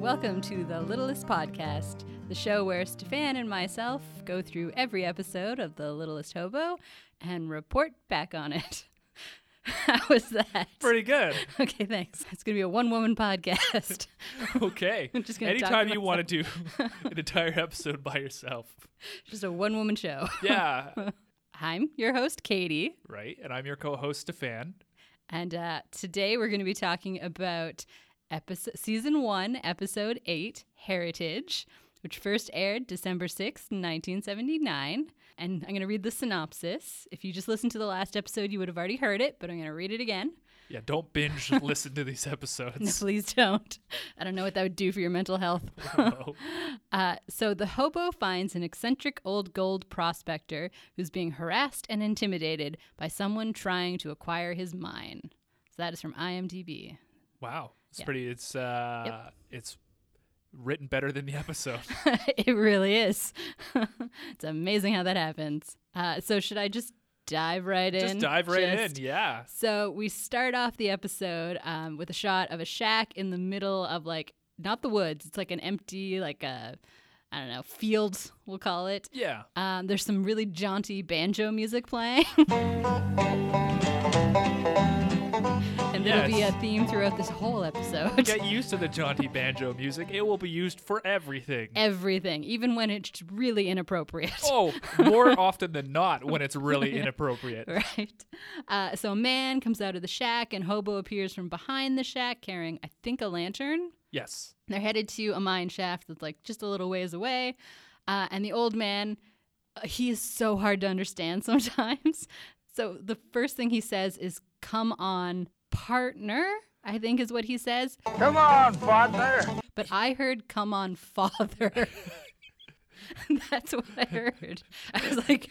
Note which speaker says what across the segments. Speaker 1: Welcome to the Littlest Podcast, the show where Stefan and myself go through every episode of The Littlest Hobo and report back on it. How was that?
Speaker 2: Pretty good.
Speaker 1: Okay, thanks. It's going to be a one woman podcast.
Speaker 2: Okay.
Speaker 1: I'm just gonna talk to
Speaker 2: Anytime you want to do an entire episode by yourself.
Speaker 1: Just a one woman show.
Speaker 2: Yeah.
Speaker 1: I'm your host, Katie,
Speaker 2: right. And I'm your co host, Stefan.
Speaker 1: and uh, today we're going to be talking about episode, season one, episode eight, Heritage, which first aired December 6th, 1979. And I'm going to read the synopsis. If you just listened to the last episode, you would have already heard it, but I'm going to read it again.
Speaker 2: Yeah, don't binge listen to these
Speaker 1: No,
Speaker 2: episodes.
Speaker 1: please don't. I don't know what that would do for your mental health.
Speaker 2: Oh,
Speaker 1: Uh, so the hobo finds an eccentric old gold prospector who's being harassed and intimidated by someone trying to acquire his mine. So that is from IMDb.
Speaker 2: wow. It's
Speaker 1: Yeah.
Speaker 2: pretty it's uh it's written better than the episode.
Speaker 1: it really is. it's amazing how that happens. Uh, so should I just dive right in?
Speaker 2: Just dive right
Speaker 1: Just-
Speaker 2: in. Yeah.
Speaker 1: So we start off the episode um, with a shot of a shack in the middle of like not the woods. It's like an empty like a I don't know field. We'll call it.
Speaker 2: Yeah.
Speaker 1: Um, there's some really jaunty banjo music playing. and there'll be a
Speaker 2: Yes.
Speaker 1: theme throughout this whole episode.
Speaker 2: Get used to the jaunty banjo music. It will be used for everything.
Speaker 1: Everything, even when it's really inappropriate.
Speaker 2: Oh, more often than not when it's really inappropriate.
Speaker 1: Right. Uh, so a man comes out of the shack, and Hobo appears from behind the shack carrying, I think, a lantern.
Speaker 2: Yes.
Speaker 1: They're headed to a mine shaft that's like just a little ways away. Uh, and the old man, uh, he is so hard to understand sometimes. So the first thing he says is, Come on, partner, I think is what he says.
Speaker 3: Come on, partner.
Speaker 1: But I heard, Come on, father. that's what I heard. I was like,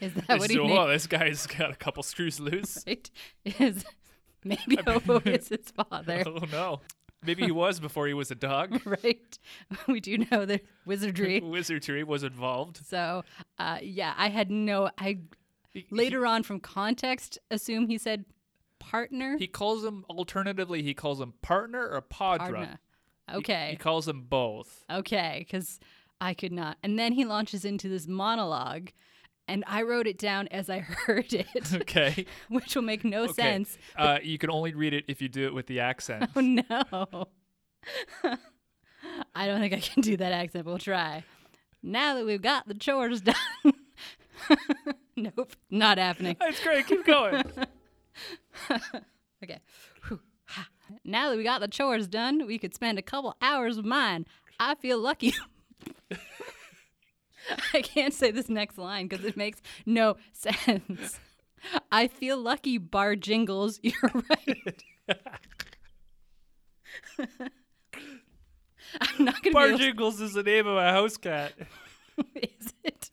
Speaker 1: Is that what he
Speaker 2: so,
Speaker 1: meant?
Speaker 2: oh, this guy's got a couple screws loose.
Speaker 1: right? Is maybe Hobo is his father,
Speaker 2: Oh no. Maybe he was before he was a dog.
Speaker 1: right? We do know that wizardry.
Speaker 2: Wizardry was involved.
Speaker 1: So, uh, yeah, I had no. I
Speaker 2: He-
Speaker 1: later on from context assume he said partner.
Speaker 2: he calls him alternatively he calls him partner or podra.
Speaker 1: partner.
Speaker 2: He- He,
Speaker 1: Okay,
Speaker 2: calls them both.
Speaker 1: okay, because I could not. And then he launches into this monologue, and I wrote it down as I heard it,
Speaker 2: Okay.
Speaker 1: which will make no
Speaker 2: okay.
Speaker 1: sense.
Speaker 2: Uh, you can only read it if you do it with the accent.
Speaker 1: Oh no. I don't think I can do that accent, but we'll try. Now that we've got the chores done. nope, not happening.
Speaker 2: It's great. Keep going.
Speaker 1: Okay. Whew. Ha. Now that we got the chores done, we could spend a couple hours with mine. I feel lucky. I can't say this next line because it makes no sense. I feel lucky, bar jingles. You're right. I'm not going
Speaker 2: Bar
Speaker 1: to be.
Speaker 2: Jingles is the name of a house cat.
Speaker 1: able- Is it?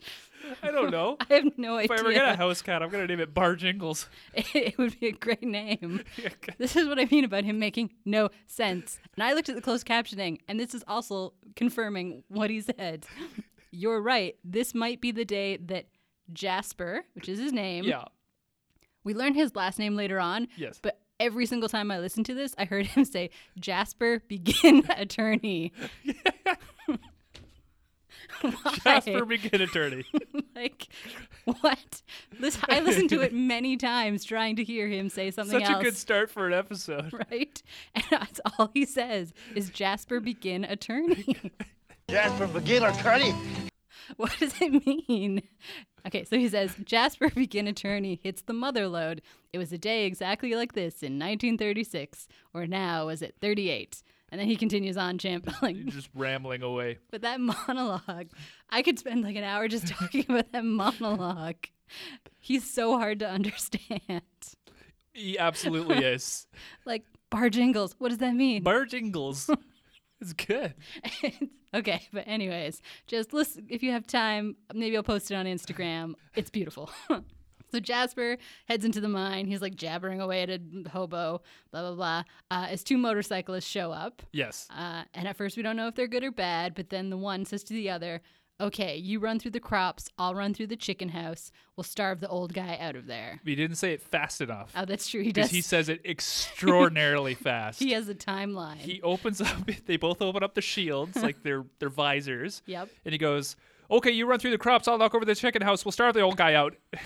Speaker 2: I don't know.
Speaker 1: I have no
Speaker 2: If I
Speaker 1: idea.
Speaker 2: ever get a house cat, I'm gonna name it Bar Jingles.
Speaker 1: it would be a great name. This is what I mean about him making no sense. And I looked at the closed captioning, and this is also confirming what he said. You're right. This might be the day that Jasper, which is his name,
Speaker 2: yeah.
Speaker 1: we learned his last name later on.
Speaker 2: Yes.
Speaker 1: But every single time I listened to this, I heard him say, Jasper, begin attorney. Why?
Speaker 2: Casper Begin Attorney.
Speaker 1: like, what? This, I listened to it many times trying to hear him say something
Speaker 2: Such
Speaker 1: else
Speaker 2: a good start for an episode.
Speaker 1: right? And that's all he says is Jasper begin attorney.
Speaker 3: Jasper Beginner Cuddy.
Speaker 1: what does it mean? Okay, so he says Jasper begin attorney hits the mother load. It was a day exactly like this in 1936, or now is it 38? And then he continues on, champ. Like,
Speaker 2: You're just rambling away.
Speaker 1: but that monologue, I could spend like an hour just talking about that monologue. He's so hard to understand.
Speaker 2: He absolutely is.
Speaker 1: Like bar jingles. What does that mean?
Speaker 2: Bar Jingles. It's good.
Speaker 1: okay, but anyways, just listen if you have time. Maybe I'll post it on Instagram. It's beautiful. so Jasper heads into the mine. He's like jabbering away at a hobo. Blah blah blah. Uh, as two motorcyclists show up,
Speaker 2: Yes.
Speaker 1: uh, and at first we don't know if they're good or bad. But then the one says to the other, okay, you run through the crops, I'll run through the chicken house. We'll starve the old guy out of there.
Speaker 2: He didn't say it fast enough.
Speaker 1: Oh, that's true. He does.
Speaker 2: Because he says it extraordinarily fast.
Speaker 1: he has a timeline.
Speaker 2: he opens up they both open up the shields like their their visors
Speaker 1: Yep.
Speaker 2: and he goes okay you run through the crops i'll knock over the chicken house we'll starve the old guy out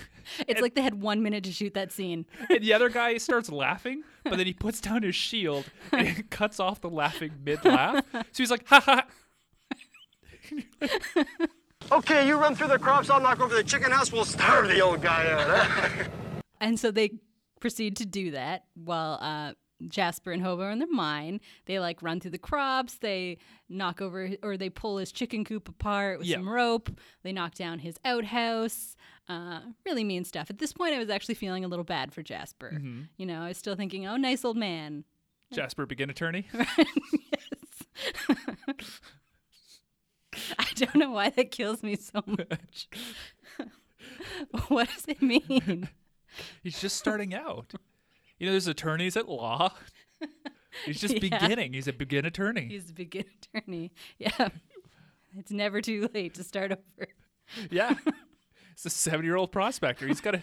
Speaker 1: it's like they had one minute to shoot that scene.
Speaker 2: and the other guy starts laughing but then he puts down his shield and it cuts off the laughing mid-laugh so he's like ha ha ha."
Speaker 4: Okay, you run through the crops, I'll knock over the chicken house, we'll starve the old guy out. huh?
Speaker 1: And so they proceed to do that while uh, Jasper and Hobo are in their mine. They like run through the crops. They knock over or they pull his chicken coop apart with
Speaker 2: Yeah.
Speaker 1: some rope. They knock down his outhouse. Uh, really mean stuff. At this point, I was actually feeling a little bad for Jasper. You know, I was still thinking, oh, nice old man.
Speaker 2: jasper begin attorney
Speaker 1: I don't know why that kills me so much. what does it mean?
Speaker 2: he's just starting out you know there's attorneys at law he's just beginning he's a begin attorney
Speaker 1: He's a beginner attorney. Yeah. It's never too late to start over.
Speaker 2: yeah it's a seven-year-old prospector he's got a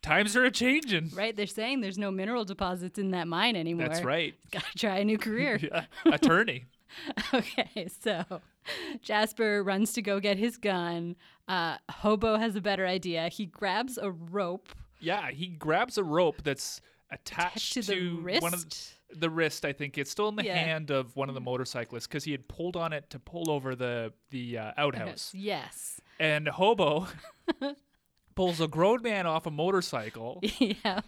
Speaker 2: times are a changing
Speaker 1: Right? They're saying there's no mineral deposits in that mine anymore.
Speaker 2: that's right
Speaker 1: Gotta try a new career.
Speaker 2: yeah. attorney
Speaker 1: Okay, so Jasper runs to go get his gun. Uh, Hobo has a better idea. He grabs a rope
Speaker 2: Yeah, he grabs a rope that's attached,
Speaker 1: attached to the wrist.
Speaker 2: one of th- the wrist. I think it's still in the
Speaker 1: Yeah.
Speaker 2: hand of one of the motorcyclists because he had pulled on it to pull over the the uh, outhouse.
Speaker 1: yes.
Speaker 2: And Hobo pulls a grown man off a motorcycle.
Speaker 1: yeah.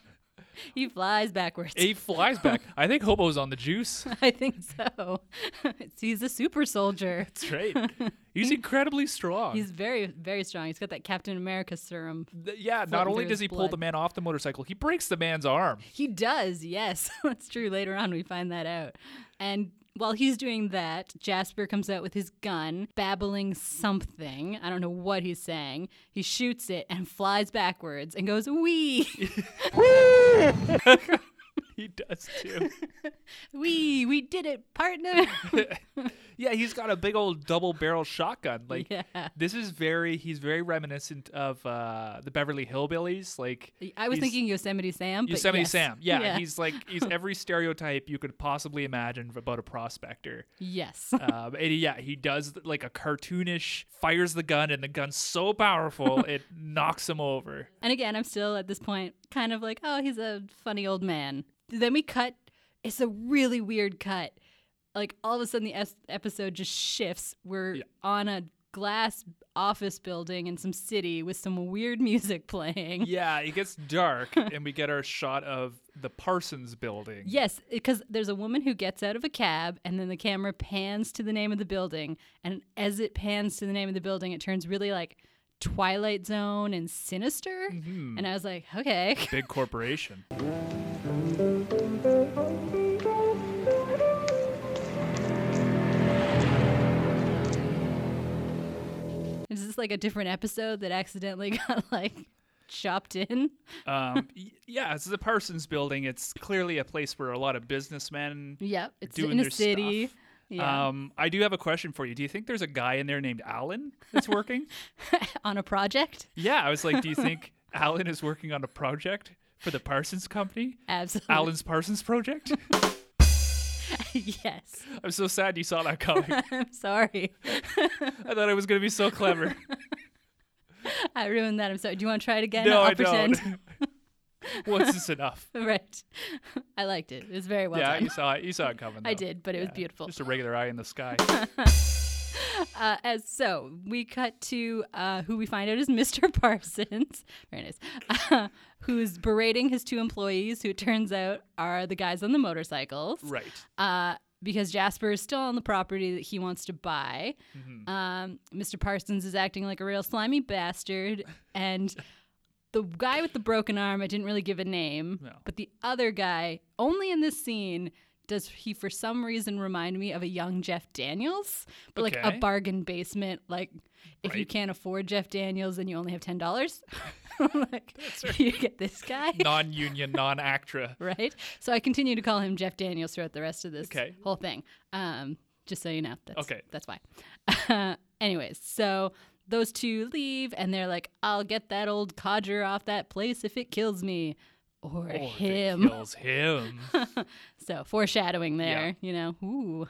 Speaker 1: He flies backwards.
Speaker 2: he flies back. I think Hobo's on the juice.
Speaker 1: I think so. He's a super soldier.
Speaker 2: That's right. He's incredibly strong.
Speaker 1: He's very, very strong. He's got that Captain America serum.
Speaker 2: Th- yeah, not
Speaker 1: floating
Speaker 2: only
Speaker 1: through
Speaker 2: does
Speaker 1: his
Speaker 2: he pull the
Speaker 1: blood.
Speaker 2: man off the motorcycle, he breaks the man's arm.
Speaker 1: He does, yes. That's true. Later on, we find that out. And while he's doing that, Jasper comes out with his gun, babbling something. I don't know what he's saying. He shoots it and flies backwards and goes, wee,
Speaker 2: He does too.
Speaker 1: wee, we did it, partner.
Speaker 2: Yeah, he's got a big old double barrel shotgun. Like
Speaker 1: Yeah.
Speaker 2: this is very he's very reminiscent of uh the Beverly Hillbillies. Like
Speaker 1: I was
Speaker 2: he's
Speaker 1: thinking Yosemite Sam. but
Speaker 2: Yosemite
Speaker 1: yes.
Speaker 2: Sam. Yeah, he's like he's every stereotype you could possibly imagine about a prospector.
Speaker 1: Yes.
Speaker 2: Um, and he- yeah, he does like a cartoonish fires the gun and the gun's so powerful it knocks him over.
Speaker 1: And again, I'm still at this point kind of like, oh, he's a funny old man. Then we cut. It's a really weird cut. Like all of a sudden, the es- episode just shifts. We're on a glass office building in some city with some weird music playing.
Speaker 2: Yeah, it gets dark and we get our shot of the Parsons building.
Speaker 1: Yes, because there's a woman who gets out of a cab, and then the camera pans to the name of the building. And as it pans to the name of the building, it turns really like Twilight Zone and sinister. And I was like, okay.
Speaker 2: Big corporation.
Speaker 1: Is this like a different episode that accidentally got like chopped in?
Speaker 2: Um, y- yeah, it's the Parsons building. It's clearly a place where a lot of businessmen
Speaker 1: Yep, it's
Speaker 2: doing
Speaker 1: in
Speaker 2: their
Speaker 1: a city.
Speaker 2: stuff.
Speaker 1: Yeah,
Speaker 2: Um, I do have a question for you. Do you think there's a guy in there named Alan that's working?
Speaker 1: on a project.
Speaker 2: yeah, I was like, do you think Alan is working on a project for the Parsons Company?
Speaker 1: Absolutely.
Speaker 2: Alan's Parsons Project?
Speaker 1: yes.
Speaker 2: I'm so sad you saw that coming.
Speaker 1: I'm sorry.
Speaker 2: I thought I was going to be so clever.
Speaker 1: I ruined that. I'm sorry. Do you want to try it again?
Speaker 2: no,
Speaker 1: I'll
Speaker 2: I
Speaker 1: pretend.
Speaker 2: don't. Once is enough.
Speaker 1: right. I liked it. It was very well
Speaker 2: yeah,
Speaker 1: done.
Speaker 2: you saw it. You saw it coming.
Speaker 1: I
Speaker 2: though.
Speaker 1: did, but it was beautiful.
Speaker 2: Just a regular eye in the sky.
Speaker 1: Uh, as so, we cut to uh, who we find out is Mr. Parsons. Very nice. Uh, who's berating his two employees, who it turns out are the guys on the motorcycles.
Speaker 2: right.
Speaker 1: uh, because Jasper is still on the property that he wants to buy.
Speaker 2: Mm-hmm.
Speaker 1: Um, Mr. Parsons is acting like a real slimy bastard, and the guy with the broken arm, I didn't really give a name,
Speaker 2: No.
Speaker 1: but the other guy, only in this scene. Does he, for some reason, remind me of a young Jeff Daniels, but like
Speaker 2: Okay.
Speaker 1: a bargain basement? Like, if you
Speaker 2: Right.
Speaker 1: can't afford Jeff Daniels, then you only have ten dollars. like, you get this guy
Speaker 2: Non-union, non-ACTRA.
Speaker 1: right? So I continue to call him Jeff Daniels throughout the rest of this
Speaker 2: Okay.
Speaker 1: whole thing. Um, just so you know, that's
Speaker 2: Okay.
Speaker 1: That's why. anyways, so Those two leave, and they're like, I'll get that old codger off that place if it kills me. Or,
Speaker 2: Or Oh, if it
Speaker 1: him.
Speaker 2: kills him.
Speaker 1: So foreshadowing there, you know. Ooh.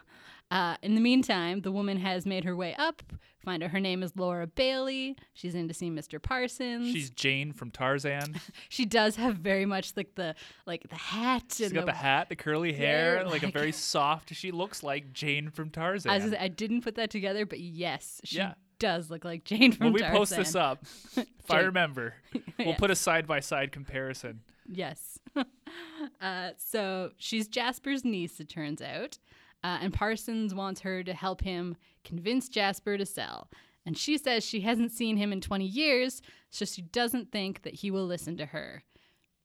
Speaker 1: Uh, in the meantime, the woman has made her way up. Find out her name is Laura Bailey. She's in to see Mr. Parsons.
Speaker 2: She's Jane from Tarzan.
Speaker 1: she does have very much like the like the hat
Speaker 2: She's
Speaker 1: and
Speaker 2: got the hat, the curly hair,
Speaker 1: hair,
Speaker 2: like a
Speaker 1: like-
Speaker 2: very soft. She looks like Jane from Tarzan.
Speaker 1: I, was gonna say, I didn't put that together, but yes, she
Speaker 2: Yeah.
Speaker 1: does look like Jane from
Speaker 2: when we post
Speaker 1: Tarzan.
Speaker 2: this up, if I
Speaker 1: Jane.
Speaker 2: remember, we'll
Speaker 1: Yes.
Speaker 2: put a side by side comparison.
Speaker 1: Yes. uh, so she's Jasper's niece, it turns out. Uh, and Parsons wants her to help him convince Jasper to sell. And she says she hasn't seen him in 20 years, so she doesn't think that he will listen to her,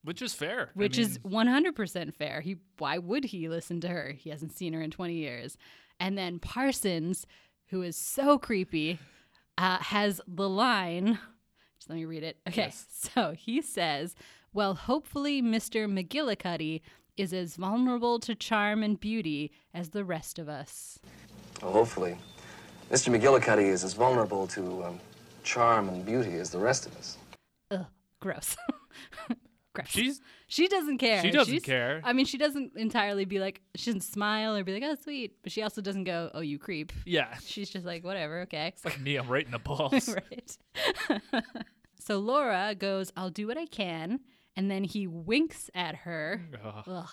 Speaker 2: Which is fair. I
Speaker 1: which is
Speaker 2: mean,
Speaker 1: 100% fair. He, why would he listen to her? He hasn't seen her in 20 years. And then Parsons, who is so creepy, uh, has the line. Just let me read it. Okay. So he says, Well, hopefully, Mr. McGillicuddy is as vulnerable to charm and beauty as the rest of us.
Speaker 5: Well, hopefully, Mr. McGillicuddy is as vulnerable to um, charm and beauty as the rest of us.
Speaker 1: Ugh, gross. gross.
Speaker 2: she's
Speaker 1: she doesn't care.
Speaker 2: she doesn't
Speaker 1: She's-
Speaker 2: care.
Speaker 1: I mean, she doesn't entirely be like, she doesn't smile or be like, oh, sweet. But she also doesn't go, oh, you creep.
Speaker 2: yeah.
Speaker 1: She's just like, whatever, okay.
Speaker 2: Like me, I'm right in the balls.
Speaker 1: right. so Laura goes, I'll do what I can. And then he winks at her. Ugh.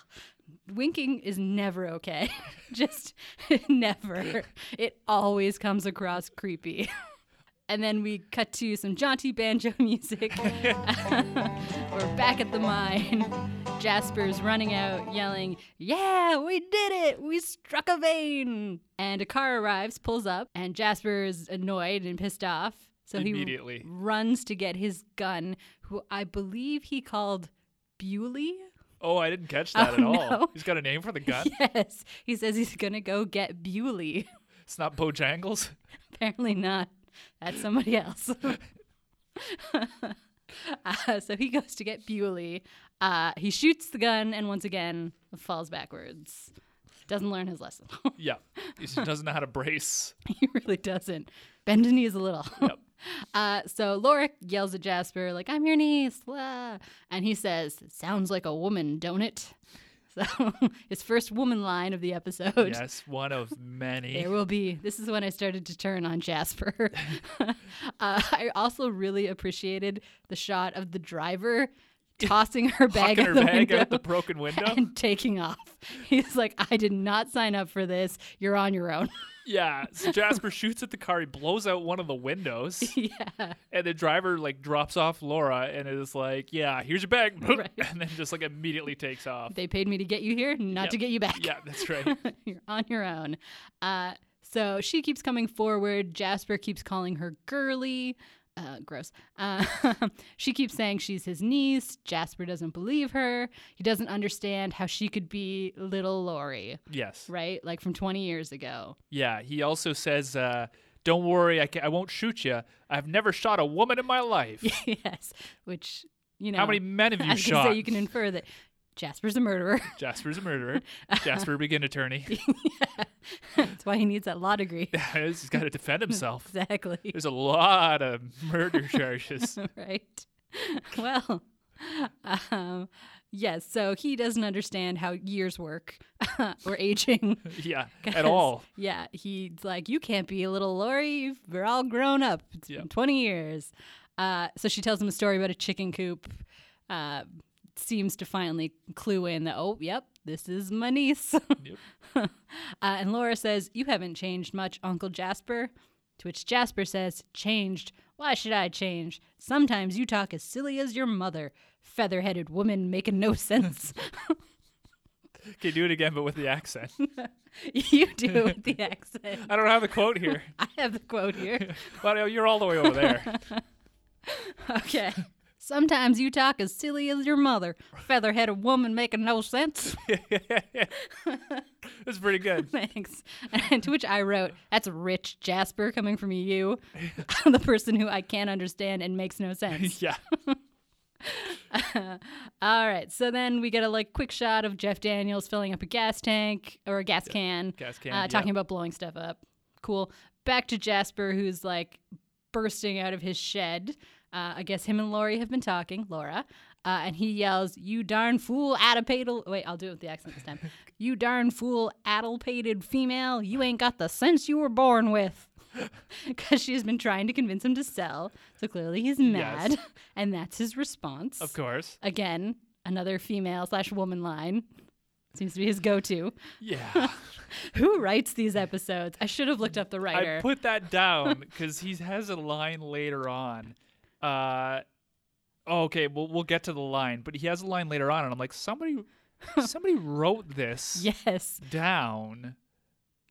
Speaker 1: Winking is never okay. Just never. It always comes across creepy. And then we cut to some jaunty banjo music. We're back at the mine. Jasper's running out, yelling, Yeah, we did it! We struck a vein! And a car arrives, pulls up, and Jasper is annoyed and pissed off. So
Speaker 2: Immediately.
Speaker 1: he runs to get his gun, who I believe he called Bewley.
Speaker 2: Oh, I didn't catch that
Speaker 1: Oh,
Speaker 2: at all.
Speaker 1: no.
Speaker 2: He's got a name for the gun.
Speaker 1: Yes. He says he's going to go get Bewley.
Speaker 2: It's not Bojangles.
Speaker 1: Apparently not. That's somebody else. Uh, so he goes to get Bewley. Uh, he shoots the gun and once again falls backwards. Doesn't learn his lesson.
Speaker 2: Yeah. He just doesn't know how to brace.
Speaker 1: he really doesn't. Bend your knees a little. uh, so Laura yells at Jasper, like, I'm your niece. blah." And he says, Sounds like a woman, don't it? So his first woman line of the episode.
Speaker 2: Yes, one of many.
Speaker 1: There will be. This is when I started to turn on Jasper. uh, I also really appreciated the shot of the driver tossing her bag
Speaker 2: Hucking
Speaker 1: out
Speaker 2: her
Speaker 1: the
Speaker 2: bag
Speaker 1: window
Speaker 2: out the broken window.
Speaker 1: and taking off. He's like, I did not sign up for this. You're on your own.
Speaker 2: Yeah. So Jasper shoots at the car. He blows out one of the windows. yeah. And the driver like drops off Laura and is like, "Yeah, here's your bag," and then just like immediately takes off.
Speaker 1: they paid me to get you here, not to get you back.
Speaker 2: Yeah, that's right.
Speaker 1: You're on your own. Uh, so she keeps coming forward. Jasper keeps calling her girly. Uh, gross. Uh, she keeps saying she's his niece. Jasper doesn't believe her. He doesn't understand how she could be little Lori,
Speaker 2: yes.
Speaker 1: right? Like from 20 years ago.
Speaker 2: Yeah. He also says, uh, "Don't worry, I, ca- I won't shoot you. I've never shot a woman in my life.
Speaker 1: yes. Which, you know.
Speaker 2: How many men have
Speaker 1: I
Speaker 2: you
Speaker 1: was gonna
Speaker 2: shot?"
Speaker 1: say, you can infer that Jasper's a murderer.
Speaker 2: Jasper's a murderer. Jasper, begin attorney.
Speaker 1: That's why he needs that law degree.
Speaker 2: He's got to defend himself.
Speaker 1: Exactly.
Speaker 2: There's a lot of murder charges.
Speaker 1: right? well, um, yes. So he doesn't understand how years work or aging
Speaker 2: Yeah,
Speaker 1: 'cause,
Speaker 2: at all.
Speaker 1: Yeah, he's like, you can't be a little Lori. You've- We're all grown up. It's
Speaker 2: Yeah.
Speaker 1: been twenty years. Uh, so she tells him a story about a chicken coop. Uh, seems to finally clue in that. Oh, yep. This is my niece. uh, and Laura says, You haven't changed much, Uncle Jasper. To which Jasper says, Changed? Why should I change? Sometimes you talk as silly as your mother, feather headed woman making no sense.
Speaker 2: Okay, do it again, but with the accent.
Speaker 1: you do with the accent.
Speaker 2: I don't have the quote here.
Speaker 1: I have the quote here.
Speaker 2: Well, you're all the way over there.
Speaker 1: Okay. Sometimes you talk as silly as your mother, feather headed woman making no sense.
Speaker 2: That's pretty good.
Speaker 1: Thanks. And to which I wrote, That's rich, Jasper, coming from you, the person who I can't understand and makes no sense.
Speaker 2: Yeah.
Speaker 1: All right. So then we get a like quick shot of Jeff Daniels filling up a gas tank or a gas can.
Speaker 2: gas can,
Speaker 1: Uh,
Speaker 2: yep.
Speaker 1: talking about blowing stuff up. Cool. Back to Jasper, who's like bursting out of his shed. Uh, I guess him and Laurie have been talking, Laura, uh, and he yells, "You darn fool, addlepated!" Wait, I'll do it with the accent this time. "You darn fool, addlepated female! You ain't got the sense you were born with." Because she has been trying to convince him to sell, so clearly he's mad, and that's his response.
Speaker 2: Of course.
Speaker 1: Again, another female slash woman line seems to be his go-to.
Speaker 2: Yeah.
Speaker 1: Who writes these episodes? I should have looked up the writer.
Speaker 2: I put that down because he has a line later on. Uh, oh, okay, we'll we'll get to the line, but he has a line later on, and I'm like, somebody, somebody wrote this
Speaker 1: yes,
Speaker 2: down.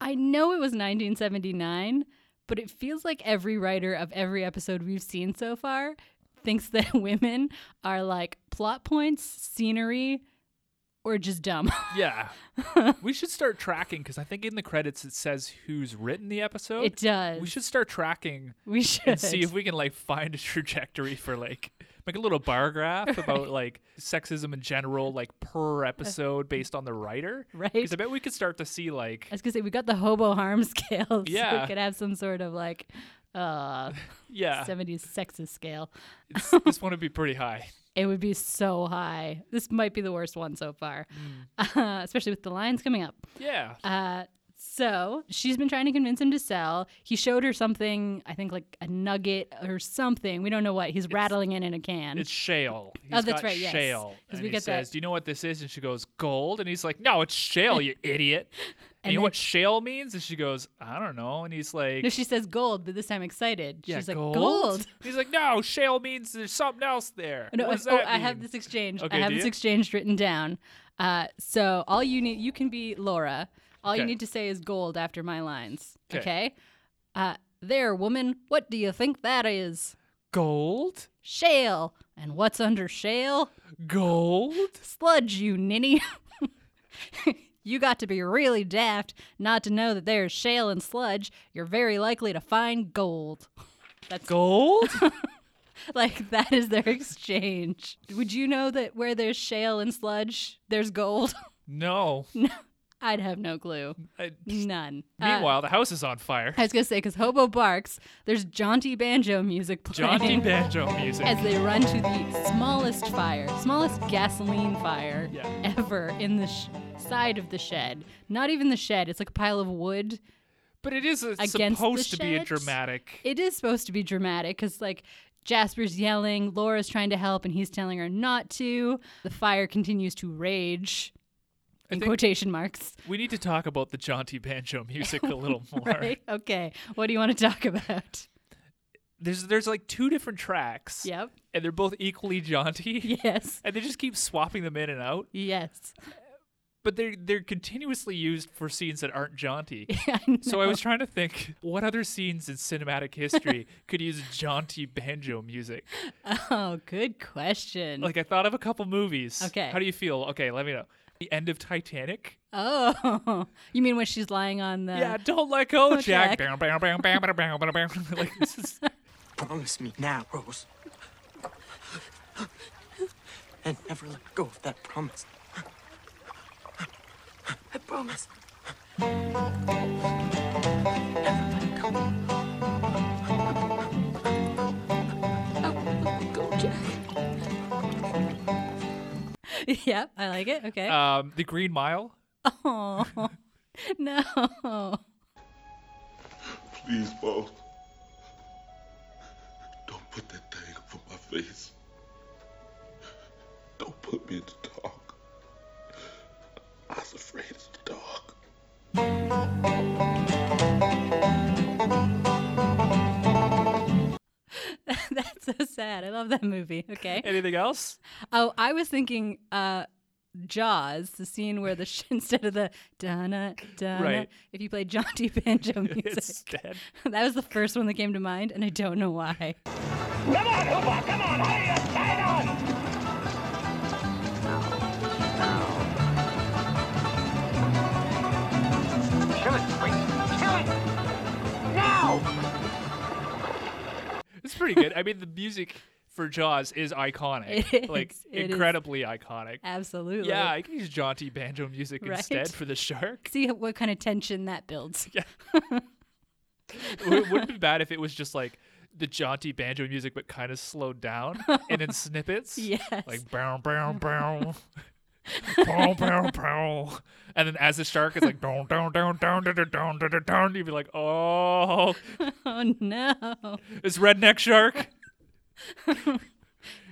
Speaker 1: I know it was 1979, but it feels like every writer of every episode we've seen so far thinks that women are like plot points, scenery, or just dumb.
Speaker 2: Yeah, we should start tracking because I think in the credits it says who's written the episode.
Speaker 1: it does.
Speaker 2: We should start tracking
Speaker 1: We should
Speaker 2: and see if we can like find a trajectory for like make a little bar graph about like sexism in general, like per episode based on the writer.
Speaker 1: Right.
Speaker 2: Because I bet we could start to see like
Speaker 1: I was gonna say we got the hobo harm scale, so
Speaker 2: Yeah.
Speaker 1: we could have some sort of like uh
Speaker 2: yeah,
Speaker 1: 70s sexist scale.
Speaker 2: it's, this one would be pretty high.
Speaker 1: It would be so high. This might be the worst one so far,
Speaker 2: Mm.
Speaker 1: uh, especially with the lines coming up.
Speaker 2: Yeah.
Speaker 1: Uh, so she's been trying to convince him to sell. He showed her something, I think like a nugget or something. We don't know what. He's rattling it in a can.
Speaker 2: it's shale. He's
Speaker 1: oh, that's
Speaker 2: got
Speaker 1: right, yes.
Speaker 2: Shale.
Speaker 1: 'Cause
Speaker 2: And
Speaker 1: we
Speaker 2: he
Speaker 1: get that-
Speaker 2: says, "Do you know what this is?" And she goes, "Gold." And he's like, "No, it's shale, you idiot." And,
Speaker 1: And
Speaker 2: you know
Speaker 1: then-
Speaker 2: what shale means? And she goes, "I don't know." And he's like,
Speaker 1: no, she says gold, but this time excited.
Speaker 2: "Yeah,
Speaker 1: she's like
Speaker 2: gold."
Speaker 1: gold.
Speaker 2: He's like, "No, shale means there's something else there."
Speaker 1: No,
Speaker 2: what
Speaker 1: I-
Speaker 2: does
Speaker 1: oh,
Speaker 2: that
Speaker 1: I have
Speaker 2: mean?"
Speaker 1: this exchange.
Speaker 2: Okay,
Speaker 1: I have
Speaker 2: do
Speaker 1: this
Speaker 2: you?
Speaker 1: exchange written down. Uh, so all you need, you can be Laura. All you
Speaker 2: Okay.
Speaker 1: need to say is gold after my lines.
Speaker 2: 'Kay.
Speaker 1: Okay. Uh, there, woman. What do you think that is?
Speaker 2: Gold,
Speaker 1: Shale. And what's under shale?
Speaker 2: gold.
Speaker 1: Sludge, you ninny. you got to be really daft not to know that there's shale and sludge. You're very likely to find gold. That's
Speaker 2: Gold?
Speaker 1: like that is their exchange. Would you know that where there's shale and sludge, there's gold?
Speaker 2: no.
Speaker 1: I'd have no clue.
Speaker 2: I-
Speaker 1: None. Uh,
Speaker 2: meanwhile, the house is on fire.
Speaker 1: I was gonna say because Hobo barks, there's jaunty banjo music playing.
Speaker 2: Jaunty banjo music.
Speaker 1: as they run to the smallest fire, smallest gasoline fire
Speaker 2: Yeah.
Speaker 1: ever in the sh- side of the shed. Not even the shed, it's like a pile of wood.
Speaker 2: but it is uh,
Speaker 1: against the
Speaker 2: supposed to be a
Speaker 1: shed?
Speaker 2: dramatic.
Speaker 1: It is supposed to be dramatic because, like, Jasper's yelling, Laura's trying to help, and he's telling her not to. The fire continues to rage. In
Speaker 2: think-
Speaker 1: quotation marks.
Speaker 2: we need to talk about the jaunty banjo music a little more.
Speaker 1: Right? Okay. What do you want to talk about?
Speaker 2: There's there's like two different tracks.
Speaker 1: Yep.
Speaker 2: And they're both equally jaunty.
Speaker 1: Yes.
Speaker 2: And they just keep swapping them in and out.
Speaker 1: Yes.
Speaker 2: But they're they're continuously used for scenes that aren't jaunty.
Speaker 1: I know.
Speaker 2: So I was trying to think what other scenes in cinematic history could use jaunty banjo music.
Speaker 1: Oh, good question.
Speaker 2: Like I thought of a couple movies.
Speaker 1: Okay.
Speaker 2: How do you feel? Okay, let me know. The end of Titanic.
Speaker 1: oh, you mean when she's lying on the.
Speaker 2: yeah, don't let go,
Speaker 1: Jack.
Speaker 2: Jack. Bam, bam, bam, bam, bam, bam, bam, bam. like this is
Speaker 6: Promise me now, Rose. And never let go of that promise. I promise.
Speaker 1: yep, I like it. Okay.
Speaker 2: um, the Green Mile. Ah.
Speaker 1: oh, no.
Speaker 7: Please, Paul. Don't put that thing up on my face. Don't put me in the dark. I was afraid of the dark.
Speaker 1: That's so sad. I love that movie. Okay.
Speaker 2: Anything else?
Speaker 1: Oh, I was thinking uh Jaws, the scene where the sh- instead of the donna donna,
Speaker 2: Right.
Speaker 1: if you play jaunty banjo music,
Speaker 2: It's dead.
Speaker 1: that was the first one that came to mind, and I don't know why.
Speaker 3: Come on, Hooper, come on, hurry up, tie it on.
Speaker 4: Kill it, quick.
Speaker 3: Kill it. Now.
Speaker 2: It's pretty good. I mean, the music for Jaws is iconic.
Speaker 1: It
Speaker 2: Like
Speaker 1: is. It is.
Speaker 2: incredibly iconic.
Speaker 1: Absolutely.
Speaker 2: Yeah, I can use jaunty banjo music
Speaker 1: Right?
Speaker 2: instead for the shark.
Speaker 1: See what kind of tension that builds.
Speaker 2: It wouldn't be bad if it was just like the jaunty banjo music, but kind of slowed down and in snippets.
Speaker 1: Yes.
Speaker 2: Like bow, bow, bow. bow, bow, bow. And then as the shark is like down, down, down, down, down, down, down, down, you'd be like, oh,
Speaker 1: Oh no!
Speaker 2: it's redneck shark. He's
Speaker 1: I've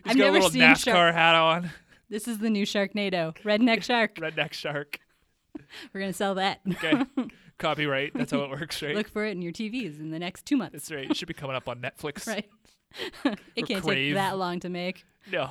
Speaker 2: got
Speaker 1: never
Speaker 2: a little
Speaker 1: seen
Speaker 2: NASCAR
Speaker 1: shark.
Speaker 2: hat on.
Speaker 1: This is the new Sharknado, redneck shark.
Speaker 2: Redneck shark.
Speaker 1: We're gonna sell that.
Speaker 2: Okay. Copyright. That's how it works, right?
Speaker 1: Look for it in your TVs in the next two months.
Speaker 2: That's right. It should be coming up on Netflix.
Speaker 1: Right? it
Speaker 2: Or
Speaker 1: can't
Speaker 2: Crave.
Speaker 1: take that long to make.
Speaker 2: No.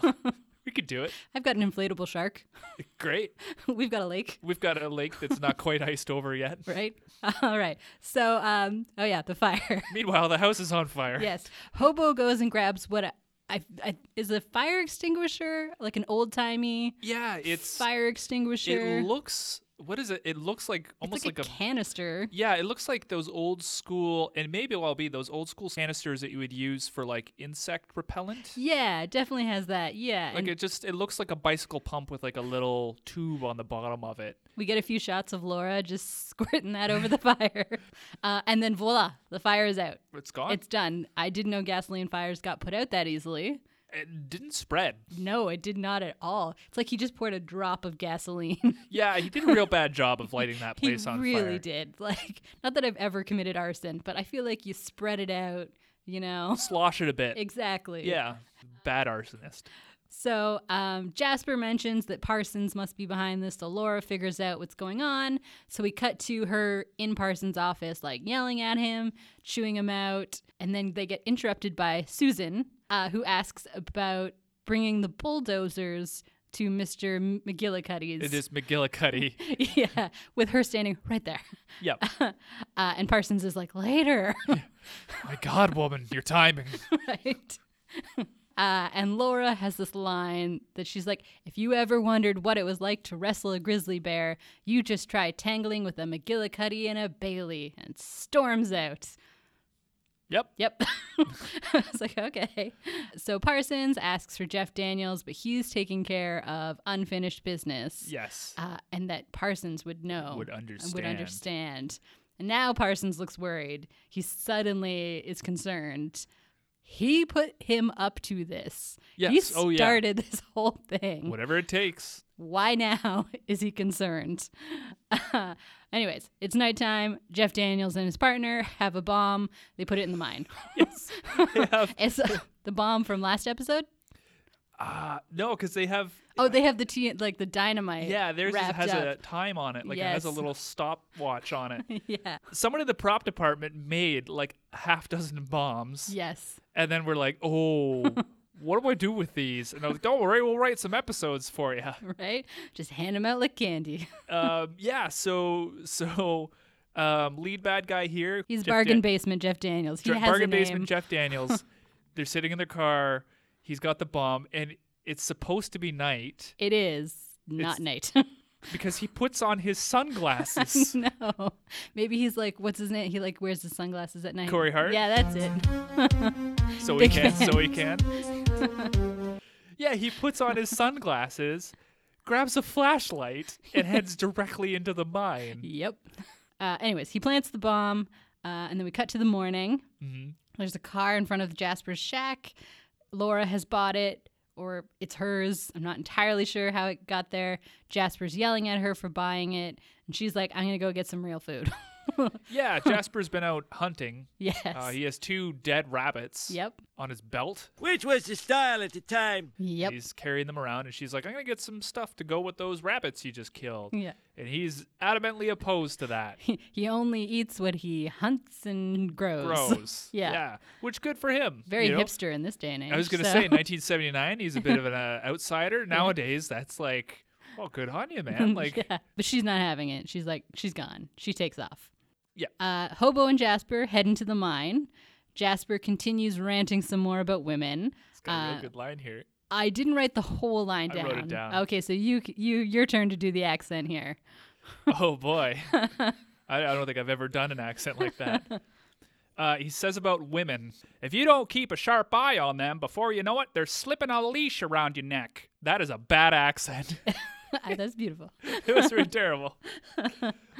Speaker 2: We could do it.
Speaker 1: I've got an inflatable shark.
Speaker 2: Great.
Speaker 1: We've got a lake.
Speaker 2: We've got a lake that's not quite iced over yet.
Speaker 1: Right? All right. So, um, oh yeah, the fire.
Speaker 2: Meanwhile, the house is on fire.
Speaker 1: yes. Hobo goes and grabs what I, I, I is a fire extinguisher, like an old timey
Speaker 2: Yeah, it's
Speaker 1: fire extinguisher.
Speaker 2: It looks what is it? It looks like
Speaker 1: It's
Speaker 2: almost
Speaker 1: like, a, canister.
Speaker 2: Yeah, it looks like those old school and maybe it will be those old school canisters that you would use for like insect repellent.
Speaker 1: Yeah, it definitely has that. Yeah.
Speaker 2: Like
Speaker 1: and
Speaker 2: it just it looks like a bicycle pump with like a little tube on the bottom of it.
Speaker 1: we get a few shots of Laura just squirting that over the fire. Uh, and then voila, the fire is out.
Speaker 2: It's gone.
Speaker 1: It's done. I didn't know gasoline fires got put out that easily.
Speaker 2: it didn't spread.
Speaker 1: No, it did not at all. It's like he just poured a drop of gasoline.
Speaker 2: Yeah, he did a real bad job of lighting that
Speaker 1: he
Speaker 2: place on
Speaker 1: really
Speaker 2: fire.
Speaker 1: did. Like, not that I've ever committed arson, but I feel like you spread it out, you know?
Speaker 2: Slosh it a bit.
Speaker 1: exactly.
Speaker 2: Yeah. Bad arsonist.
Speaker 1: So um, Jasper mentions that Parsons must be behind this. So Laura figures out what's going on. So we cut to her in Parsons' office, like yelling at him, chewing him out. And then they get interrupted by Susan, uh, who asks about bringing the bulldozers to Mr. McGillicuddy's.
Speaker 2: It is McGillicuddy.
Speaker 1: yeah, with her standing right there.
Speaker 2: Yep.
Speaker 1: uh, and Parsons is like, later.
Speaker 2: My God, woman, your timing.
Speaker 1: right? Uh, and Laura has this line that she's like, if you ever wondered what it was like to wrestle a grizzly bear, you just try tangling with a McGillicuddy and a Bailey, and storms out.
Speaker 2: Yep.
Speaker 1: Yep. I was like, okay. So Parsons asks for Jeff Daniels, but he's taking care of unfinished business.
Speaker 2: Yes.
Speaker 1: Uh, and that Parsons would know.
Speaker 2: Would
Speaker 1: and Would
Speaker 2: understand.
Speaker 1: understand. And now Parsons looks worried. He suddenly is concerned. He put him up to this. He
Speaker 2: Yes. Oh, yeah.
Speaker 1: started this whole thing.
Speaker 2: Whatever it takes.
Speaker 1: Why now is he concerned? anyways, it's nighttime. Jeff Daniels and his partner have a bomb. They put it in the mine. Yes. it's uh, the bomb from last episode.
Speaker 2: Uh, no, because they have.
Speaker 1: Oh, they have the T like the dynamite.
Speaker 2: Yeah, theirs is-
Speaker 1: wrapped
Speaker 2: has
Speaker 1: up.
Speaker 2: a time on it. Like it has a
Speaker 1: Yes.
Speaker 2: little stopwatch on it.
Speaker 1: yeah.
Speaker 2: Someone in the prop department made like a half dozen bombs.
Speaker 1: Yes.
Speaker 2: And then we're like, oh, what do I do with these? And I was like, don't worry, we'll write some episodes for you.
Speaker 1: Right. Just hand them out like candy.
Speaker 2: um, yeah, so so um, lead bad guy here.
Speaker 1: He's
Speaker 2: Jeff
Speaker 1: bargain
Speaker 2: Dan-
Speaker 1: basement Jeff Daniels. He
Speaker 2: Dr-
Speaker 1: has
Speaker 2: bargain
Speaker 1: a name.
Speaker 2: basement Jeff Daniels. They're sitting in their car. He's got the bomb, and it's supposed to be night
Speaker 1: it is not
Speaker 2: It's-
Speaker 1: night.
Speaker 2: because he puts on his sunglasses.
Speaker 1: no. Maybe he's like, what's his name? He like wears his sunglasses at night.
Speaker 2: Corey Hart?
Speaker 1: Yeah, that's it.
Speaker 2: so he
Speaker 1: Big
Speaker 2: can, so
Speaker 1: fan.
Speaker 2: he can. yeah, he puts on his sunglasses, grabs a flashlight, and heads directly into the mine.
Speaker 1: Yep. Uh, anyways, he plants the bomb, uh, and then we cut to the morning.
Speaker 2: Mm-hmm.
Speaker 1: There's a car in front of Jasper's shack. Laura has bought it, or it's hers. I'm not entirely sure how it got there. Jasper's yelling at her for buying it, and she's like, "I'm gonna go get some real food."
Speaker 2: Yeah, Jasper's been out hunting.
Speaker 1: yes.
Speaker 2: Uh, he has two dead rabbits
Speaker 1: Yep.
Speaker 2: on his belt.
Speaker 8: Which was the style at the time.
Speaker 1: Yep.
Speaker 2: He's carrying them around, and she's like, I'm going to get some stuff to go with those rabbits you just killed.
Speaker 1: Yeah.
Speaker 2: And he's adamantly opposed to that.
Speaker 1: He only eats what he hunts and grows.
Speaker 2: Gross.
Speaker 1: Yeah.
Speaker 2: Which good for him.
Speaker 1: Very
Speaker 2: you know?
Speaker 1: hipster in this day and age.
Speaker 2: I was going to
Speaker 1: so-
Speaker 2: say, in 1979, he's a bit of an uh, outsider. Nowadays, that's like, well, good on you, man. Like,
Speaker 1: yeah, but she's not having it. She's like, she's gone. She takes off.
Speaker 2: Yeah.
Speaker 1: Uh, Hobo and Jasper head into the mine. Jasper continues ranting some more about women.
Speaker 2: it's got a real
Speaker 1: Uh,
Speaker 2: good line here.
Speaker 1: I didn't write the whole line
Speaker 2: I
Speaker 1: down.
Speaker 2: wrote it down.
Speaker 1: Okay, so you you your turn to do the accent here.
Speaker 2: Oh boy, I, I don't think I've ever done an accent like that. Uh, he says about women, if you don't keep a sharp eye on them, before you know it, they're slipping a leash around your neck. That is a bad accent.
Speaker 1: That's beautiful.
Speaker 2: it was really terrible.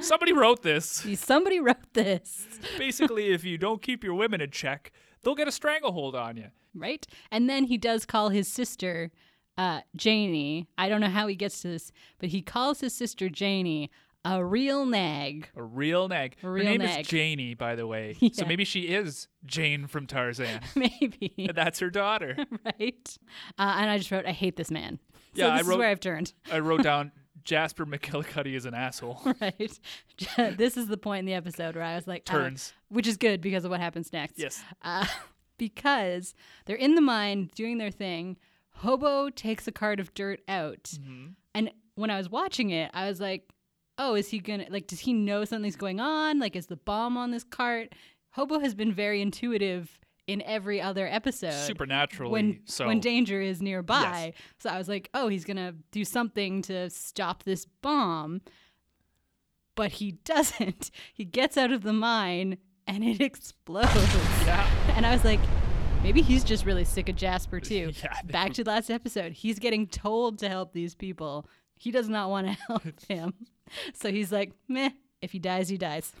Speaker 2: Somebody wrote this.
Speaker 1: Somebody wrote this.
Speaker 2: Basically, if you don't keep your women in check, they'll get a stranglehold on you.
Speaker 1: right? And then he does call his sister uh, Janie. I don't know how he gets to this, but he calls his sister Janie a real nag.
Speaker 2: A real nag. Her
Speaker 1: real
Speaker 2: name
Speaker 1: nag.
Speaker 2: is Janie, by the way. So
Speaker 1: Yeah.
Speaker 2: maybe she is Jane from Tarzan.
Speaker 1: Maybe,
Speaker 2: and that's her daughter.
Speaker 1: right? Uh, and I just wrote, I hate this man. So
Speaker 2: Yeah, I
Speaker 1: this is
Speaker 2: wrote-
Speaker 1: where I've turned,
Speaker 2: I wrote down Jasper McKillicuddy is an asshole.
Speaker 1: right? this is the point in the episode where I was like, uh,
Speaker 2: Turns.
Speaker 1: which is good because of what happens next.
Speaker 2: Yes.
Speaker 1: Uh, because they're in the mine doing their thing. Hobo takes a cart of dirt out.
Speaker 2: Mm-hmm.
Speaker 1: And when I was watching it, I was like, oh, is he going to, like, does he know something's going on? Like, is the bomb on this cart? Hobo has been very intuitive in every other episode.
Speaker 2: Supernaturally.
Speaker 1: When,
Speaker 2: so
Speaker 1: when danger is nearby. So I was like, oh, he's going to do something to stop this bomb. But he doesn't. He gets out of the mine and it explodes. And I was like, maybe he's just really sick of Jasper too.
Speaker 2: Yeah, I think-
Speaker 1: Back to last episode. He's getting told to help these people. He does not want to help him. So he's like, meh, if he dies, he dies.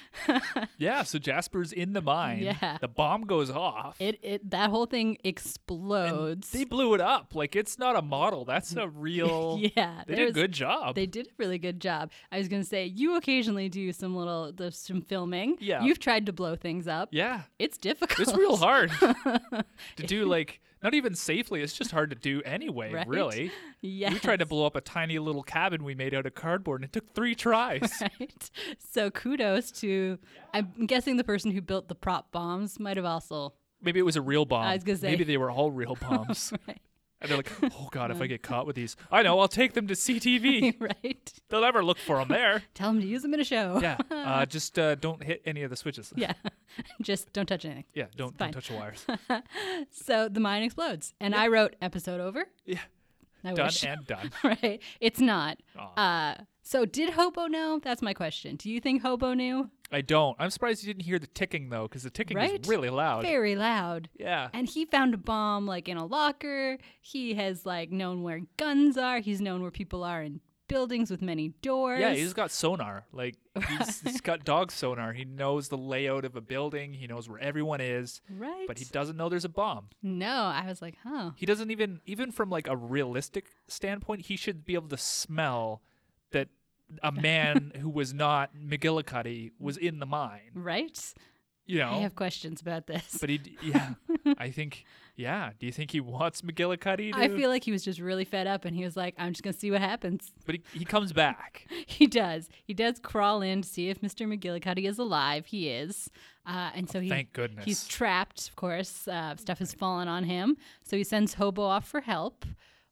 Speaker 2: yeah, so Jasper's in the mine.
Speaker 1: Yeah.
Speaker 2: The bomb goes off.
Speaker 1: It, it that whole thing
Speaker 2: and
Speaker 1: explodes.
Speaker 2: They blew it up. Like it's not a model. That's a real.
Speaker 1: Yeah,
Speaker 2: They
Speaker 1: there
Speaker 2: did a
Speaker 1: was-
Speaker 2: good job.
Speaker 1: They did a really good job. I was gonna say you occasionally do some little the, some filming.
Speaker 2: Yeah.
Speaker 1: you've tried to blow things up.
Speaker 2: yeah.
Speaker 1: it's difficult.
Speaker 2: It's real hard to do. Like not even safely. It's just hard to do anyway.
Speaker 1: Right?
Speaker 2: Really.
Speaker 1: Yeah,
Speaker 2: We tried to blow up a tiny little cabin we made out of cardboard, and it took three tries.
Speaker 1: Right. So kudos to I'm guessing the person who built the prop bombs might have also
Speaker 2: Maybe it was a real bomb.
Speaker 1: was gonna say-
Speaker 2: Maybe they were all real bombs. And they're like, oh god, if I get caught with these, I know I'll take them to CTV.
Speaker 1: Uh-huh. right.
Speaker 2: They'll never look for them there.
Speaker 1: Tell them to use them in a show.
Speaker 2: Yeah, uh, just uh, don't hit any of the switches.
Speaker 1: Yeah. Just don't touch anything.
Speaker 2: yeah, don't,
Speaker 1: fine.
Speaker 2: don't touch the wires.
Speaker 1: So the mine explodes, and I wrote episode over.
Speaker 2: Yeah.
Speaker 1: I
Speaker 2: done
Speaker 1: wish.
Speaker 2: and done.
Speaker 1: right. It's not. Uh, so did Hobo know? That's my question. Do you think Hobo knew?
Speaker 2: I don't. I'm surprised you didn't hear the ticking though, because the ticking
Speaker 1: Right?
Speaker 2: is really loud.
Speaker 1: Very loud.
Speaker 2: Yeah.
Speaker 1: And he found a bomb like in a locker. He has like known where guns are. He's known where people are in buildings with many doors.
Speaker 2: yeah, he's got sonar. Like he's, he's got dog sonar. He knows the layout of a building. He knows where everyone is.
Speaker 1: right.
Speaker 2: But he doesn't know there's a bomb.
Speaker 1: No, I was like, huh.
Speaker 2: He doesn't even even from like a realistic standpoint, he should be able to smell that a man who was not McGillicuddy was in the mine.
Speaker 1: Right?
Speaker 2: You know.
Speaker 1: I have questions about this.
Speaker 2: But he, d- yeah, I think, yeah. Do you think he wants McGillicuddy? To,
Speaker 1: I feel like he was just really fed up and he was like, I'm just going to see what happens.
Speaker 2: but he, he comes back.
Speaker 1: He does. He does crawl in to see if Mr. McGillicuddy is alive. He is. Uh, and so he,
Speaker 2: thank goodness.
Speaker 1: He's trapped, of course. Uh, stuff has fallen on him. So he sends Hobo off for help.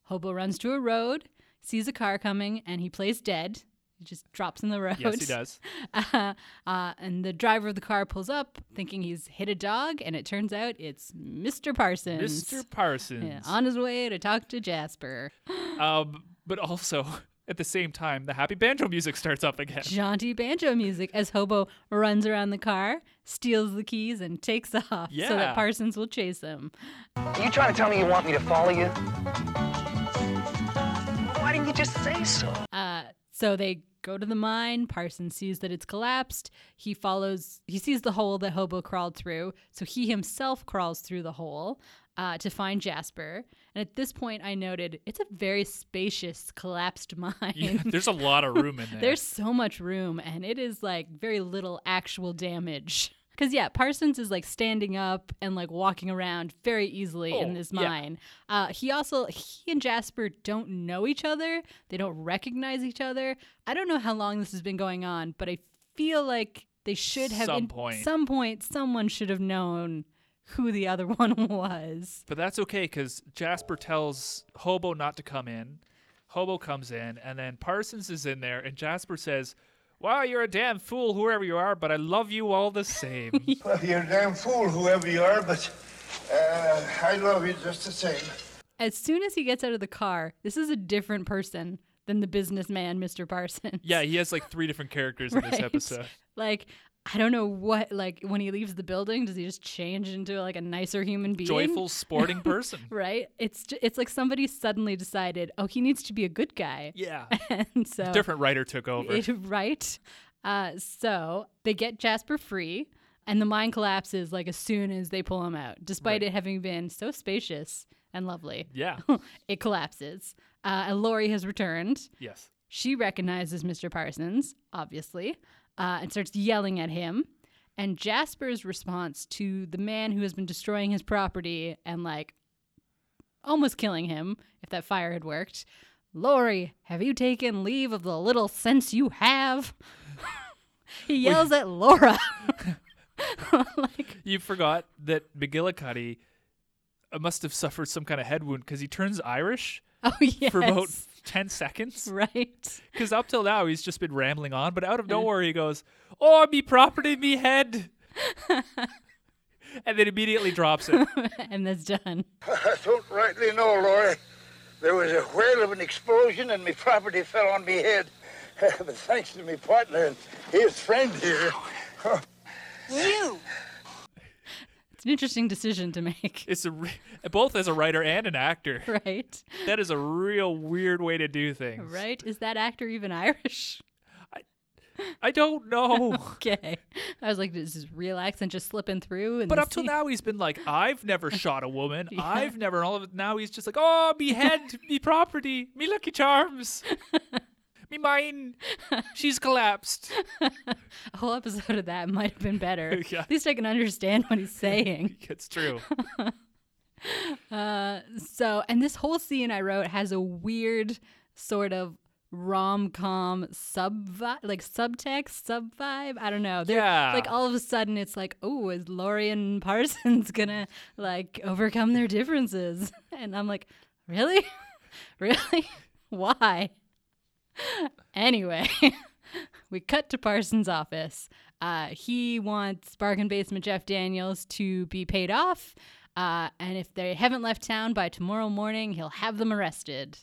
Speaker 1: Hobo runs to a road, sees a car coming, and he plays dead. He just drops in the road.
Speaker 2: Yes, he does.
Speaker 1: uh, and the driver of the car pulls up thinking he's hit a dog, and it turns out it's Mr. Parsons.
Speaker 2: Mr. Parsons.
Speaker 1: Yeah, on his way to talk to Jasper.
Speaker 2: um, but also at the same time, the happy banjo music starts up again.
Speaker 1: Jaunty banjo music as Hobo runs around the car, steals the keys, and takes off so
Speaker 2: Yeah.
Speaker 1: that Parsons will chase him.
Speaker 5: You trying to tell me you want me to follow you?
Speaker 1: So they go to the mine. Parsons sees that it's collapsed. He follows, he sees the hole that Hobo crawled through. So he himself crawls through the hole uh, to find Jasper. And at this point, I noted it's a very spacious, collapsed mine.
Speaker 2: Yeah, there's a lot of room in there.
Speaker 1: There's so much room, and it is like very little actual damage. Because, yeah, Parsons is like standing up and like walking around very easily in
Speaker 2: Oh,
Speaker 1: this
Speaker 2: yeah.
Speaker 1: mine. Uh, he also, he and Jasper don't know each other, they don't recognize each other. I don't know how long this has been going on, but I feel like they should have,
Speaker 2: Some
Speaker 1: in
Speaker 2: point.
Speaker 1: some point, someone should have known who the other one was.
Speaker 2: but that's okay because Jasper tells Hobo not to come in. Hobo comes in, and then Parsons is in there, and Jasper says, "Well, you're a damn fool, whoever you are, but I love you all the same."
Speaker 9: Well, you're a damn fool, whoever you are, but uh, I love you just the same.
Speaker 1: As soon as he gets out of the car, this is a different person than the businessman, Mr. Parsons.
Speaker 2: yeah, he has like three different characters in this
Speaker 1: Right.
Speaker 2: episode.
Speaker 1: Like I don't know what like when he leaves the building, does he just change into like a nicer human being?
Speaker 2: Joyful, sporting person.
Speaker 1: right? It's ju- it's like somebody suddenly decided, oh, he needs to be a good guy,
Speaker 2: Yeah.
Speaker 1: and so
Speaker 2: Different writer took over.
Speaker 1: it- right. Uh, so they get Jasper free. And the mine collapses like as soon as they pull him out, despite it having been so spacious and lovely.
Speaker 2: Yeah.
Speaker 1: it collapses. Uh, and Lori has returned.
Speaker 2: yes.
Speaker 1: She recognizes Mr. Parsons, obviously, uh, and starts yelling at him. And Jasper's response to the man who has been destroying his property and like almost killing him, if that fire had worked, Lori, have you taken leave of the little sense you have? he yells at Laura. like,
Speaker 2: You forgot that McGillicuddy uh, must have suffered some kind of head wound because he turns Irish
Speaker 1: oh yes,
Speaker 2: for about 10 seconds.
Speaker 1: right.
Speaker 2: Because up till now, he's just been rambling on, but out of nowhere, he goes, Oh, me property, me head. and then immediately drops it.
Speaker 1: and that's done.
Speaker 9: I don't rightly know, Laurie. There was a whale of an explosion and my property fell on me head. but thanks to me partner and his friend here, Oh,
Speaker 10: You!
Speaker 1: It's an interesting decision to make,
Speaker 2: It's a re- both as a writer and an actor.
Speaker 1: right?
Speaker 2: That is a real weird way to do things.
Speaker 1: Right? Is that actor even Irish?
Speaker 2: I don't know.
Speaker 1: Okay. I was like, is his real accent just slipping through? And
Speaker 2: But
Speaker 1: the
Speaker 2: up till
Speaker 1: scene-
Speaker 2: now, he's been like, I've never shot a woman. I've never. and All of it. Now he's just like, oh, me head, me property, me lucky charms, me mine. She's collapsed.
Speaker 1: a whole episode of that might have been better.
Speaker 2: Yeah.
Speaker 1: At least I can understand what he's saying.
Speaker 2: It's true.
Speaker 1: so, and this whole scene I wrote has a weird sort of rom com sub like subtext, sub vibe. I don't know. They're-
Speaker 2: Yeah.
Speaker 1: Like all of a sudden, it's like, oh, is Laurie and Parsons gonna like overcome their differences? And I'm like, really, really, why? Anyway, we cut to Parsons' office. Uh, he wants bargain basement Jeff Daniels to be paid off. Uh, and if they haven't left town by tomorrow morning, he'll have them arrested.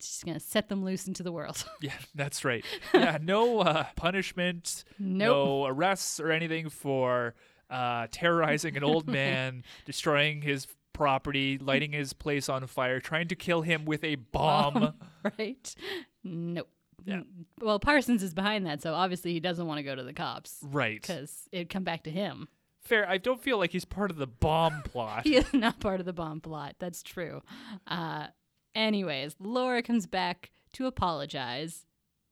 Speaker 1: Just gonna set them loose into the world.
Speaker 2: Yeah, that's right. Yeah, no uh, punishment, no arrests or anything for uh, terrorizing an old man, destroying his property, lighting his place on fire, trying to kill him with a
Speaker 1: Oh,
Speaker 2: bomb.
Speaker 1: right? No.
Speaker 2: Yeah.
Speaker 1: Well, Parsons is behind that, so obviously he doesn't want to go to the cops
Speaker 2: right.
Speaker 1: because it'd come back to him.
Speaker 2: Fair. I don't feel like he's part of the bomb plot.
Speaker 1: He is not part of the bomb plot. That's true. Uh, anyways, Laura comes back to apologize.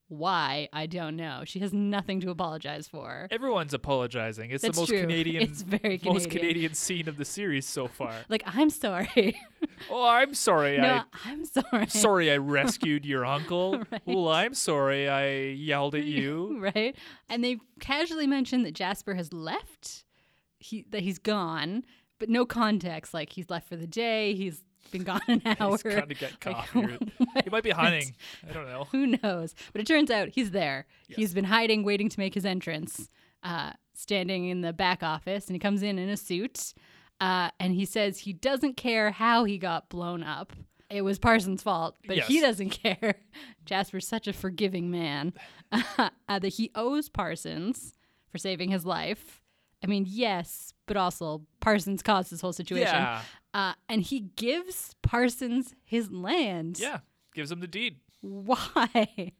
Speaker 1: Why? I don't know. She has nothing to apologize for.
Speaker 2: Everyone's apologizing. It's
Speaker 1: That's
Speaker 2: the most
Speaker 1: true.
Speaker 2: Canadian,
Speaker 1: It's very
Speaker 2: most
Speaker 1: Canadian.
Speaker 2: Canadian scene of the series so far.
Speaker 1: Like, I'm sorry.
Speaker 2: oh, I'm sorry.
Speaker 1: no, I'm sorry.
Speaker 2: I sorry I rescued your uncle. Well, I'm sorry I yelled at you.
Speaker 1: right? And they casually mention that Jasper has left, he that he's gone, but no context. Like he's left for the day. He's been gone an hour.
Speaker 2: He's trying to get
Speaker 1: Like,
Speaker 2: caught. here. he might be hunting. I don't know.
Speaker 1: Who knows? But it turns out he's there. He's been hiding, waiting to make his entrance, uh, standing in the back office, and he comes in in a suit. Uh, and he says he doesn't care how he got blown up. It was Parsons' fault, but he
Speaker 2: Yes.
Speaker 1: doesn't care. Jasper's such a forgiving man uh, that he owes Parsons for saving his life. I mean, yes, but also Parsons caused this whole situation.
Speaker 2: Yeah.
Speaker 1: Uh, and he gives Parsons his land.
Speaker 2: Yeah. Gives him the deed
Speaker 1: Why?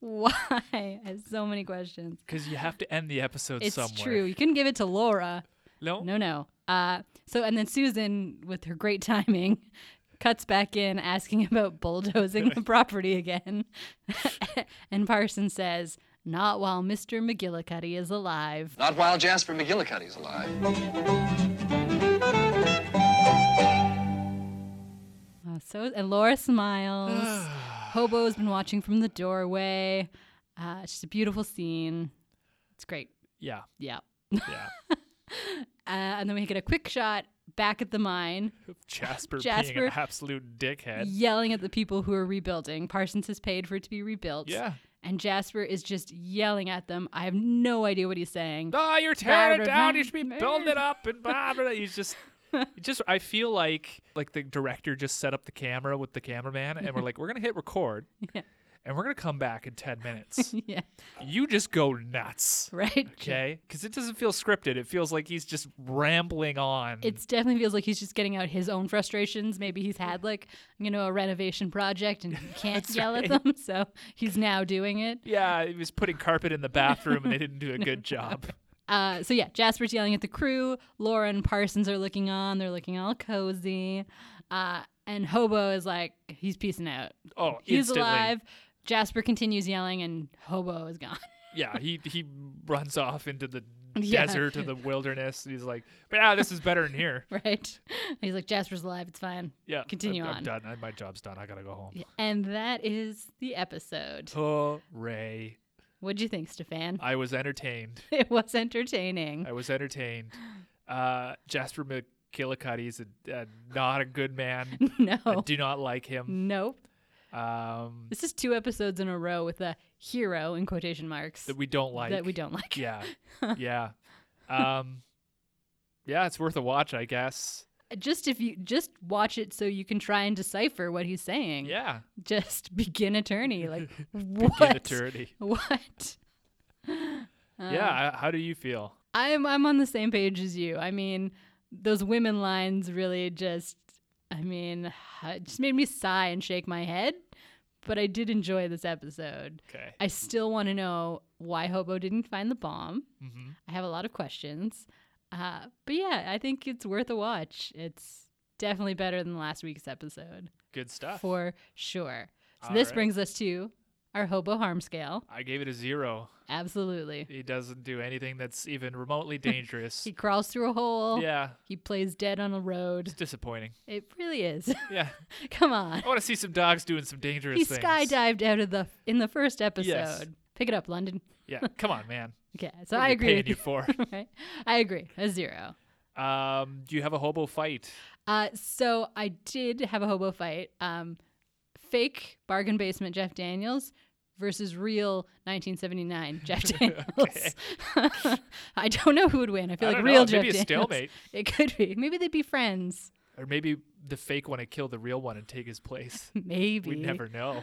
Speaker 1: Why? I have so many questions.
Speaker 2: because you have to end the episode
Speaker 1: It's
Speaker 2: somewhere.
Speaker 1: true. You couldn't give it to Laura.
Speaker 2: No.
Speaker 1: No, no. Uh, so, and then Susan, with her great timing, cuts back in asking about bulldozing the property again. and Parson says, Not while Mr. McGillicuddy is alive.
Speaker 5: Not while Jasper McGillicuddy's alive.
Speaker 1: Uh, so, and Laura smiles. Hobo's been watching from the doorway. Uh, it's just a beautiful scene. It's great.
Speaker 2: Yeah.
Speaker 1: Yeah.
Speaker 2: Yeah.
Speaker 1: Uh, and then we get a quick shot back at the mine,
Speaker 2: Jasper, being
Speaker 1: Jasper-
Speaker 2: an absolute dickhead.
Speaker 1: yelling at the people who are rebuilding. Parsons has paid for it to be rebuilt.
Speaker 2: Yeah.
Speaker 1: And Jasper is just yelling at them. I have no idea what he's saying.
Speaker 2: Oh, you're tearing
Speaker 1: Barbara
Speaker 2: it down. You should be
Speaker 1: Mann-
Speaker 2: building it up and blah blah. blah. He's just, he just. I feel like like the director just set up the camera with the cameraman, and we're like, we're gonna hit record, and we're gonna come back in ten minutes.
Speaker 1: Yeah.
Speaker 2: you just go nuts,
Speaker 1: Right?
Speaker 2: okay? Because it doesn't feel scripted. It feels like he's just rambling on.
Speaker 1: It definitely feels like he's just getting out his own frustrations. Maybe he's had like, you know, a renovation project and he can't yell at them. So he's now doing it.
Speaker 2: yeah, he was putting carpet in the bathroom, and they didn't do a good job.
Speaker 1: Uh, so yeah, Jasper's yelling at the crew. Laura and Parsons are looking on. They're looking all cozy. Uh, and Hobo is like, he's peacing out.
Speaker 2: Oh,
Speaker 1: he's
Speaker 2: instantly.
Speaker 1: alive. Jasper continues yelling, and Hobo is gone.
Speaker 2: Yeah, he he runs off into the
Speaker 1: Yeah.
Speaker 2: desert or the wilderness. And he's like, but yeah, this is better than here.
Speaker 1: right? He's like, Jasper's alive. It's fine.
Speaker 2: Yeah, I'm-
Speaker 1: Continue
Speaker 2: I'm,
Speaker 1: on.
Speaker 2: done. I- My job's done. I gotta go home.
Speaker 1: And that is the episode.
Speaker 2: Hooray!
Speaker 1: What'd you think, Stefan?
Speaker 2: I was entertained.
Speaker 1: it was entertaining.
Speaker 2: I was entertained. Uh, Jasper McGillicuddy is a, a, not a good man. I
Speaker 1: no. Mm.
Speaker 2: do not like him.
Speaker 1: Nope.
Speaker 2: Um,
Speaker 1: This is two episodes in a row with a hero in quotation marks
Speaker 2: that we don't like.
Speaker 1: that we don't like.
Speaker 2: Yeah, yeah, um, yeah. It's worth a watch, I guess.
Speaker 1: Just if you just watch it so you can try and decipher what he's saying.
Speaker 2: Yeah,
Speaker 1: Just begin attorney. Like what? Uh.
Speaker 2: begin eternity.
Speaker 1: What?
Speaker 2: yeah. I- How do you feel?
Speaker 1: I'm I'm on the same page as you. I mean, those women lines really just I mean, it just made me sigh and shake my head, but I did enjoy this episode.
Speaker 2: Okay.
Speaker 1: I still want to know why Hobo didn't find the bomb.
Speaker 2: Mm-hmm.
Speaker 1: I have a lot of questions. Uh, but yeah, I think it's worth a watch. It's definitely better than last week's episode,
Speaker 2: Good stuff.
Speaker 1: for sure. So
Speaker 2: All
Speaker 1: this
Speaker 2: right.
Speaker 1: brings us to our Hobo harm scale.
Speaker 2: I gave it a zero.
Speaker 1: Absolutely.
Speaker 2: He doesn't do anything that's even remotely dangerous.
Speaker 1: He crawls through a hole.
Speaker 2: yeah,
Speaker 1: He plays dead on a road.
Speaker 2: it's disappointing.
Speaker 1: It really is.
Speaker 2: Yeah,
Speaker 1: Come on.
Speaker 2: I want to see some dogs doing some dangerous
Speaker 1: He
Speaker 2: things.
Speaker 1: skydived out of the in the first episode.
Speaker 2: Yes.
Speaker 1: Pick it up, London.
Speaker 2: Yeah, come on, man.
Speaker 1: Okay, so
Speaker 2: What are
Speaker 1: I
Speaker 2: they
Speaker 1: agree
Speaker 2: paying
Speaker 1: with
Speaker 2: you for?
Speaker 1: right? I agree. A zero.
Speaker 2: Um, do you have a hobo fight?
Speaker 1: Uh, so I did have a hobo fight. Um, fake bargain basement Jeff Daniels versus real 1979 Jeff Daniels. I don't know who would win. I feel
Speaker 2: I
Speaker 1: like
Speaker 2: don't
Speaker 1: real
Speaker 2: know.
Speaker 1: Jeff
Speaker 2: Maybe a
Speaker 1: Daniels.
Speaker 2: stalemate.
Speaker 1: It could be. Maybe they'd be friends.
Speaker 2: Or maybe the fake one would kill the real one and take his place.
Speaker 1: Maybe.
Speaker 2: We never know.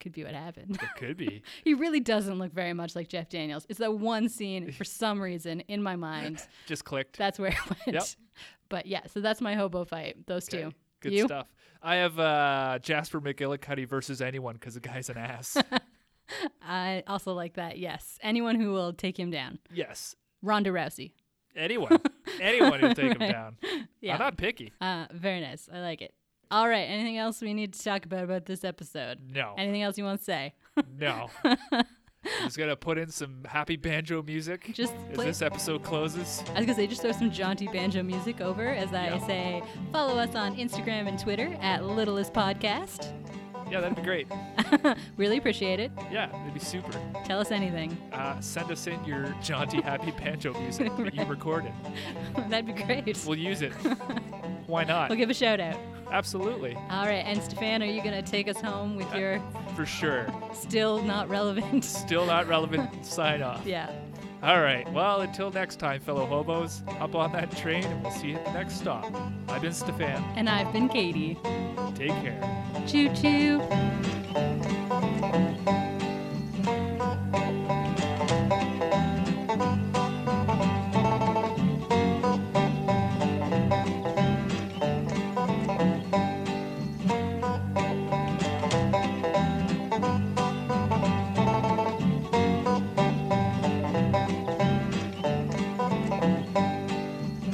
Speaker 1: could be what happened.
Speaker 2: It could be.
Speaker 1: He really doesn't look very much like Jeff Daniels. It's that one scene for some reason in my mind.
Speaker 2: Just clicked.
Speaker 1: That's where it went.
Speaker 2: Yep.
Speaker 1: But yeah, so that's my hobo fight. Those
Speaker 2: Okay,
Speaker 1: two.
Speaker 2: Good
Speaker 1: you?
Speaker 2: stuff. I have uh, Jasper McGillicuddy versus anyone because the guy's an ass.
Speaker 1: I also like that. Yes. Anyone who will take him down.
Speaker 2: yes.
Speaker 1: Ronda Rousey.
Speaker 2: Anyone. Anyone who'll take him down.
Speaker 1: Yeah.
Speaker 2: I'm not picky.
Speaker 1: Uh, very nice. I like it. All right. Anything else we need to talk about about this episode?
Speaker 2: No.
Speaker 1: Anything else you want to say?
Speaker 2: No. I'm just going to put in some happy banjo music
Speaker 1: Just
Speaker 2: as
Speaker 1: play.
Speaker 2: this episode closes.
Speaker 1: I was gonna say just throw some jaunty banjo music over as I
Speaker 2: Yeah.
Speaker 1: say follow us on Instagram and Twitter at Littlest Podcast.
Speaker 2: Yeah, that'd be great.
Speaker 1: Really appreciate it.
Speaker 2: Yeah, that'd be super.
Speaker 1: Tell us anything.
Speaker 2: Uh, send us in your jaunty, happy banjo music that you recorded.
Speaker 1: That'd be great.
Speaker 2: We'll use it. Why not?
Speaker 1: We'll give a shout out.
Speaker 2: Absolutely,
Speaker 1: All right, and Stefan, are you gonna take us home with your
Speaker 2: for sure.
Speaker 1: still not relevant?
Speaker 2: Still not relevant sign off.
Speaker 1: yeah.
Speaker 2: All right. Well, until next time, fellow hobos, hop on that train and we'll see you at the next stop. I've been Stefan.
Speaker 1: And I've been Katie.
Speaker 2: Take care.
Speaker 1: Choo choo.